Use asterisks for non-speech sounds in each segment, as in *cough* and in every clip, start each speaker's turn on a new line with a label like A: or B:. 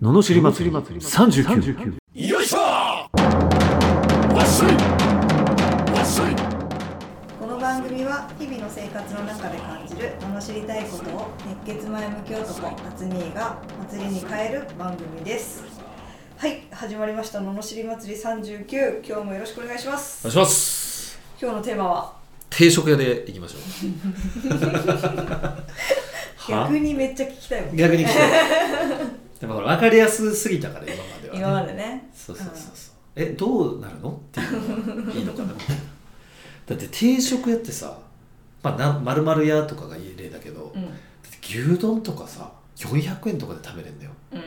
A: ののしり祭り39
B: よいしょわっしょいわっしょい
C: この番組は日々の生活の中で感じる罵りたいことを熱血前向き男厚兄が祭りに変える番組ですはい始まりました罵り祭り39今日もよろしくお願いしま
B: お願
C: す
B: いします
C: 今日のテーマは
B: 定食屋で行きましょう
A: は
C: *laughs* 逆にめっちゃ聞きたいもん
B: 逆に来てでもほら分かりやすすぎたから今まではね、
C: 今までね
B: そうそうそうそうえどうなるのっていうのがいいのかなみたいなだって定食屋ってさまあな丸々屋とかがいい例だけど、
C: うん
B: だって牛丼とかさ400円とかで食べれるんだよ
C: うん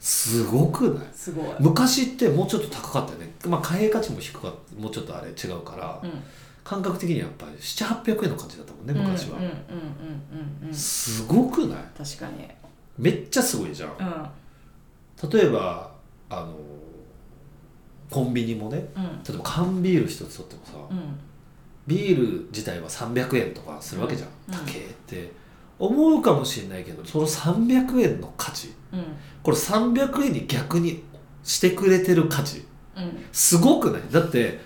B: すごくない
C: すごい
B: 昔ってもうちょっと高かったよね、まあ、貨幣価値も低かったもうちょっとあれ違うから、
C: うん
B: 感覚的にはやっぱり700800円の感じだったもんね昔は、
C: うんうんうんうんうん
B: すごくない
C: 確かに
B: めっちゃすごいじゃん
C: うん
B: 例えばあのコンビニもね
C: うん
B: 例えば缶ビール一つとってもさ、
C: うん
B: ビール自体は300円とかするわけじゃん、
C: うん
B: 高えって思うかもしれないけどその300円の価値
C: うん
B: これ300円に逆にしてくれてる価値
C: うん
B: すごくないだって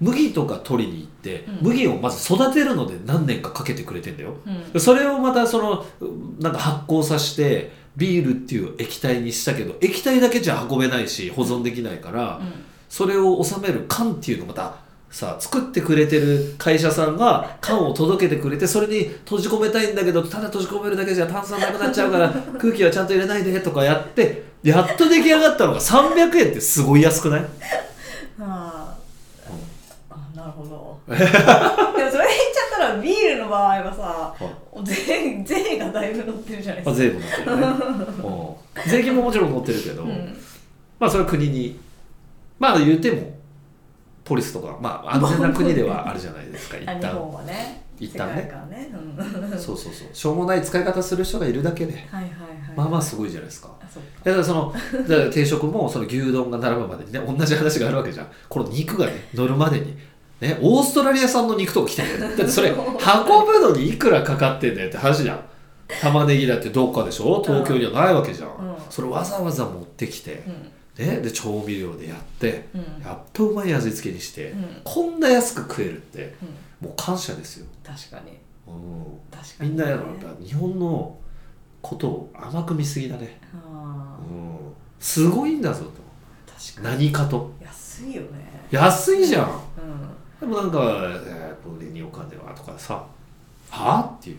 B: 麦とか取りに行って、
C: うん
B: 麦をまず育てるので何年かかけてくれてんだよ
C: うん
B: それをまたそのうんなんか発酵させてビールっていう液体にしたけど液体だけじゃ運べないし保存できないから、それを収める缶っていうのをまたさ作ってくれてる会社さんが缶を届けてくれてそれに閉じ込めたいんだけどただ閉じ込めるだけじゃ炭酸なくなっちゃうから
C: *laughs*
B: 空気はちゃんと入れないでとかやってやっと出来上がったのが300円ってすごい安くない
C: あーあなるほ
B: *laughs*
C: どでもそれ言っちゃったらビールの場合はさ税税がだいぶ乗ってるじゃない
B: ま
C: で
B: あ、
C: すか、
B: 税も乗ってるよねう
C: *laughs*
B: ん税金ももちろん乗ってるけど、
C: うん、
B: まあそれは国にまあ言ってもポリスとかまあ安全な国ではあるじゃないです
C: *laughs*
B: か一
C: あ日
B: 旦
C: 本はね
B: 一旦ね
C: 世界観ね、うん、はい
B: そうそうそうしょうもない使い方する人がいるだけで
C: はいはい
B: まあまあすごいじゃないですか
C: あそっか
B: だからそのだから定食もその牛丼が並ぶまでにね同じ話があるわけじゃんこの肉がね
C: *laughs*
B: 乗るまでにねオーストラリア産の肉とか来てる
C: *laughs*
B: だってそれ運ぶのにいくらかかってんだよって話じゃん玉ねぎだってどっかでしょ東京にはないわけじゃん、
C: うん
B: それわざわざ持ってきて
C: う、ん
B: ね、で調味料でやって
C: うん
B: やっとうまい味付けにして、
C: うん
B: こんな安く食えるって
C: うん
B: もう感謝ですよ、
C: 確かに
B: うん
C: 確か
B: み
C: に、
B: んなやっぱ日本のことを甘く見すぎだね、
C: あ
B: うん、すごいんだぞと
C: ー確かに
B: 何かと
C: 安いよね
B: 安いじゃん
C: うん
B: でもなんか「えー、これにお金は」とかさ「はあ?」っていう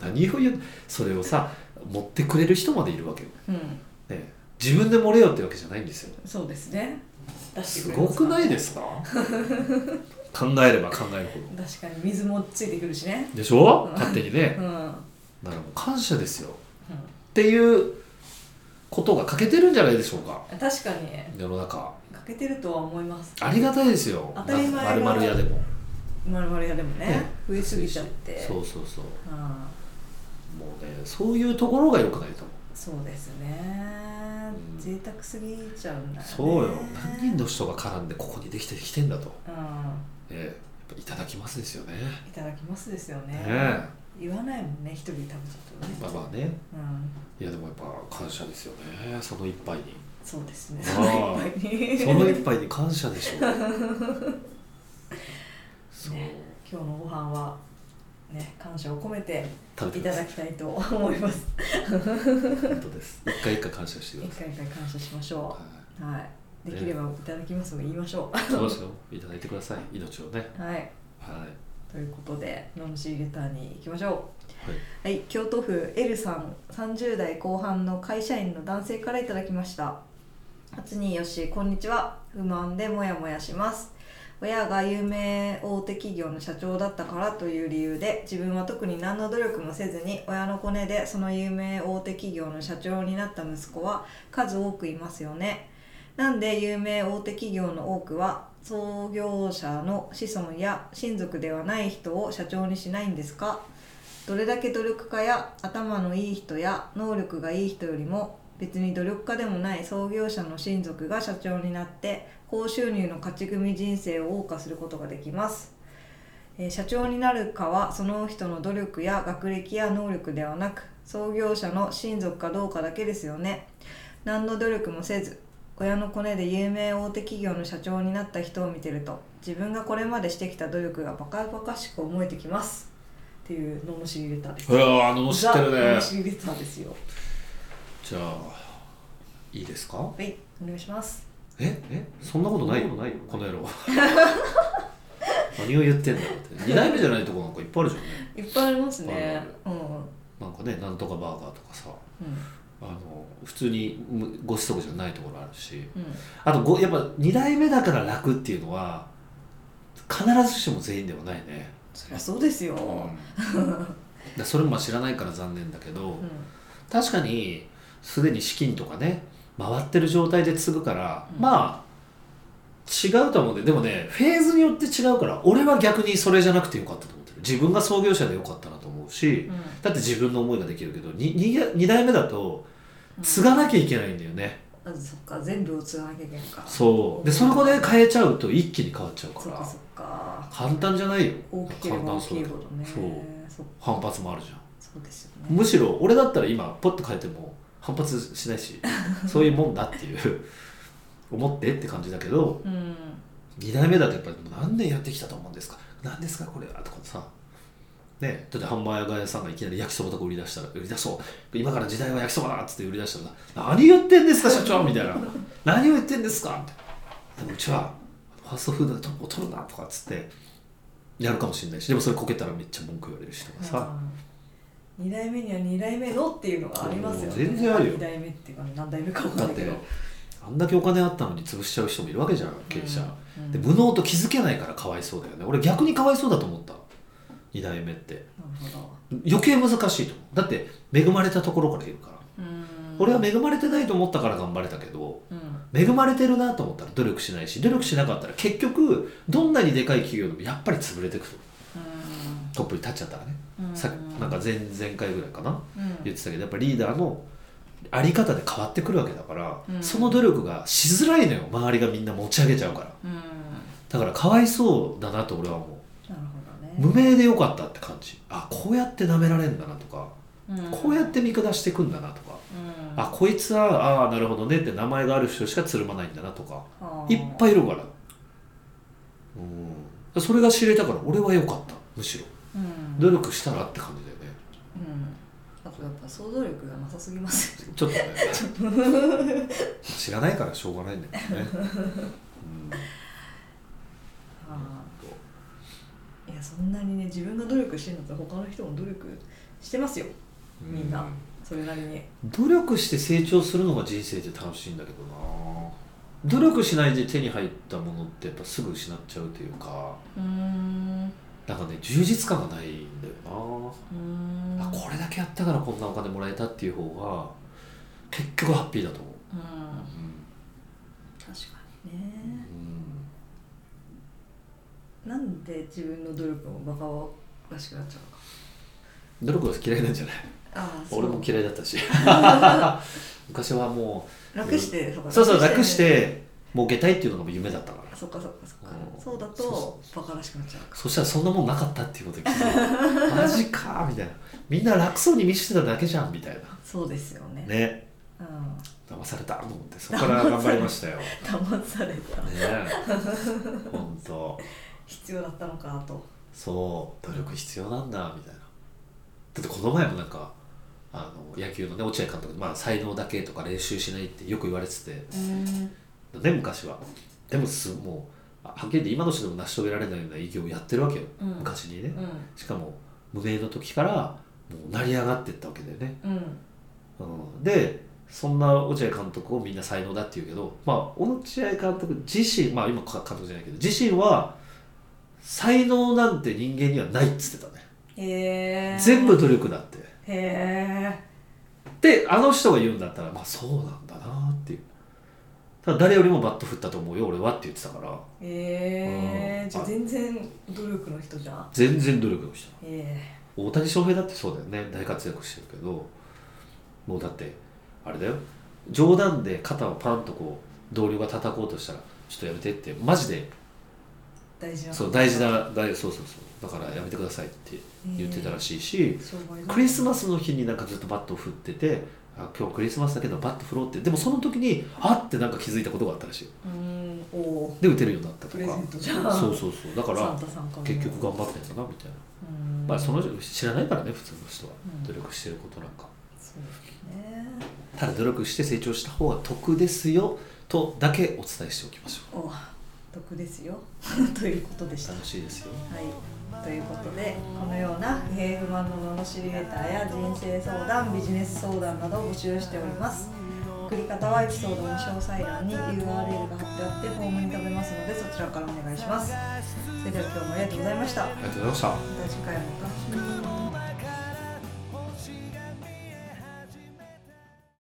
B: 何を言うそれをさ持ってくれる人までいるわけよ、
C: うん
B: ね、自分で盛れよってわけじゃないんですよ
C: そうですね出して
B: す
C: れま
B: ごくない
C: か
B: ですか考えれば考えるほど
C: 確かに水もついてくるしね
B: でしょ
C: うん
B: 勝手にね
C: うん、うん、
B: だからもう感謝ですよっていうことが欠けてるんじゃないでしょうか
C: 確かに
B: 世の中
C: 欠けてるとは思います
B: ありがたいですよ
C: 当たり前が
B: 丸々屋でも
C: まるまる屋でもね
B: ね
C: 増えすぎちゃって
B: そうそうそう
C: あ
B: もうねそういうところが良くないと思
C: あそうですね
B: うん
C: 贅沢すぎちゃうんだね
B: う、そうよ何人の人が絡んでここにできてきてんだと、
C: うん
B: ええやっぱいただきますですよね
C: いただきますですよね
B: ねえ
C: 言わないもんね一人で食べちゃったらね
B: まあまあね
C: う
B: い
C: ん
B: やでもやっぱ感謝ですよねその一杯に
C: *laughs* そうですね
B: あ
C: そのいっぱいに
B: その一杯に感謝でしょう
C: *laughs*
B: そう
C: ね今日のご飯はね感謝を込めて
B: 食べ
C: い
B: て
C: た
B: ます
C: だきたいと思い
B: *laughs*
C: ます
B: 本当です一回一回感謝してく
C: 一
B: ださ
C: 回一回感謝しまし
B: い
C: ょ
B: は
C: うはいできればいただきますも言いましょ
B: いそうですよいただいてください命をね
C: うはい
B: は
C: ということでののしりレターに行きましょ
B: い、はい、
C: うはい京都府 L さん30代後半の会社員の男性からいただきました初によしこんにちは不満でモヤモヤします親が有名大手企業の社長だったからという理由で自分は特に何の努力もせずに親のコネでその有名大手企業の社長になった息子は数多くいますよねなんで有名大手企業の多くは創業者の子孫や親族ではない人を社長にしないんですかどれだけ努力家や頭のいい人や能力がいい人よりも別に努力家でもない創業者の親族が社長になって高収入の勝ち組人生を謳歌することができますえー社長になるかはその人の努力や学歴や能力ではなく創業者の親族かどうかだけですよね何の努力もせず親のコネで有名大手企業の社長になった人を見てると自分がこれまでしてきた努力がバカバカしく思えてきますっていう罵りレターです
B: うわあの知ってるね
C: ザ罵りレターですよ
B: じゃあいいですか
C: はいお願いします
B: ええそんなことないよ
A: そんなことないよ
B: この野郎何を言ってんだろうって2代目じゃないとこなんかいっぱいあるじゃんね
C: いっぱいあります
B: あ
C: ね
B: る
C: うん
B: なんかねなんとかバーガーとかさ
C: うん
B: あの普通にむご子息じゃないところあるし
C: うん
B: あとごやっぱ2代目だから楽っていうのは必ずしも全員ではないね、
C: そりゃそうですよ、
B: だそれもまあ知らないから残念だけど、
C: うん
B: 確かにすでに資金とかね回ってる状態で継ぐから、
C: うん
B: まあ違うと思うんででもねフェーズによって違うから俺は逆にそれじゃなくてよかったと思ってる自分が創業者でよかったなと思うし
C: うん
B: だって自分の思いができるけど 2, 2代目だと継がなきゃいけないんだよね、
C: あそっか全部を継がなきゃいけないから
B: そうでそこで変えちゃうと一気に変わっちゃうか
C: そっ
B: ら
C: かそっか
B: 簡単じゃないよ
C: 大きければ大きいほどね
B: そう
C: そう
B: 反発もあるじゃん
C: そうですよね
B: むしろ俺だったら今ポッと変えても反発しないしそういうもんだっていう思ってって感じだけど
C: うん
B: 2代目だとやっぱり何年やってきたと思うんですか何ですかこれはとかさねだってハンバーガー屋さんがいきなり焼きそばとか売り出したら売り出そう今から時代は焼きそばだっつって売り出したら何言ってんですか社長みたいな何を言ってんですかみたいなでもうちはファストフードでトップを取るなとかっつってやるかもしれないしでもそれこけたらめっちゃ文句言われるしとかさ、
C: 2代目には2代目のっていうのがありますよね
B: そう全然あるよ
C: 2代目っていうか何代目か分か
B: だ
C: ん
B: っ
C: ないけ
B: て
C: ど
B: あんだけお金あったのに潰しちゃう人もいるわけじゃん経営者、
C: うん
B: で
C: うん
B: 無能と気づけないからかわいそうだよね俺逆にかわいそうだと思った2代目って
C: なるほど
B: 余計難しいと思うだって恵まれたところからいるから、
C: うん
B: 俺は恵まれてないと思ったから頑張れたけど
C: うん
B: 恵まれてるなと思ったら努力しないし努力しなかったら結局どんなにでかい企業でもやっぱり潰れてくとトップに立っちゃったらね、
C: うん
B: さなんか前々回ぐらいかな
C: うん
B: 言ってたけどやっぱリーダーのあり方で変わってくるわけだから、
C: うん
B: その努力がしづらいのよ周りがみんな持ち上げちゃうから
C: うん
B: だからかわいそうだなと俺は思
C: なる
B: う
C: ほど
B: 無
C: ね
B: 名でよかったって感じあこうやって舐められるんだなとか、
C: うん
B: こうやって見下してくんだなとか、
C: うん
B: あこいつはああなるほどねって名前がある人しかつるまないんだなとか、
C: あー
B: いっぱいいるからうんそれが知れたから俺は良かったむしろ
C: うん
B: 努力したらって感じだよね
C: うんあとやっぱ想像力がなさすぎますよね
B: ち *laughs* ょっとね知らないからしょうがないんだけどね、うん
C: あーいやそんなにね自分が努力してるんだったら他の人も努力してますよみんなそれなりに
B: 努力して成長するのが人生って楽しいんだけどな努力しないで手に入ったものってやっぱすぐ失っちゃうというか
C: うん
B: なんかね充実感がないんだよ
C: うん
B: な、あこれだけやったからこんなお金もらえたっていう方が結局ハッピーだと思う、
C: うん確かに
B: う
C: ね
B: ん
C: なんで自分の努力もバカおかしくなっちゃうのか
B: 努力が嫌いなんじゃない
C: ああそう
B: 俺も嫌いだ
C: *laughs*
B: ったし昔はも
C: 楽してそう
B: う
C: か
B: そうそう楽して儲けたいっていうのが夢だったから
C: そっかそっかそっか
B: うん
C: そうだ
B: そう
C: とバカらしくなっちゃうか
B: そしたらそんなもんなかったっていうことで気づいたマジかみたいなみんな楽そうに見せてただけじゃんみたいな
C: そうですよね
B: ね
C: うん
B: 騙されたと思ってそこから頑張りましたよね
C: 騙された
B: 本当
C: 必要だったのかと
B: そう努力必要なんだみたいなだってこの前もなんかあの野球のね落合監督、まあ、才能だけとか練習しないってよく言われてて
C: うん
B: ね昔はでもすもうあはっきり言って今の人でも成し遂げられないような偉業をやってるわけよ、
C: うん
B: 昔にね
C: うん
B: しかも無名の時からもう成り上がっていったわけだよね
C: うん
B: うんでそんな落合監督をみんな才能だって言うけど、まあ、落合監督自身まあ今か監督じゃないけど自身は才能なんて人間にはないっつってたね
C: へえ
B: 全部努力だって
C: へえ
B: であの人が言うんだったらまあそうなんだなっていうただ誰よりもバット振ったと思うよ俺はって言ってたからう
C: ええ
B: ん
C: じゃあ全然努力の人じゃん
B: 全然努力をした
C: え
B: 大谷翔平だってそうだよね大活躍してるけどもうだってあれだよ冗談で肩をパンとこう同僚が叩こうとしたらちょっとやめてってマジで
C: え大事な
B: そう大事な大そうそうそうだからやめてくださいって言ってたらしいし、
C: 商売
B: クリスマスの日になんかずっとバットを振っててあ今日クリスマスだけどバット振ろうってでもその時にあってなんか気づいたことがあったらしいよ
C: うんおお
B: で打てるようになったと
C: プ
B: か
C: レゼントじゃん
B: そうそうそうだか
C: サン
B: ら
C: タさんかも
B: 結局頑張ってんだなみたいな、
C: うん
B: まあその人知らないからね普通の人は
C: うん
B: 努力してることなんか
C: そうね
B: ただ努力して成長した方が得ですよとだけお伝えしておきましょ
C: お得ですよ *laughs* ということでし
B: う
C: た
B: 楽しいですよ
C: はい、ということでこのような不平不満の罵りレターや人生相談ビジネス相談などを募集しております送り方はエピソードの詳細欄に URL が貼ってあってフォームに飛べますのでそちらからお願いしますそれでは今日もありがとうございましたま
B: ありがとうございました
C: た次回もお楽しみに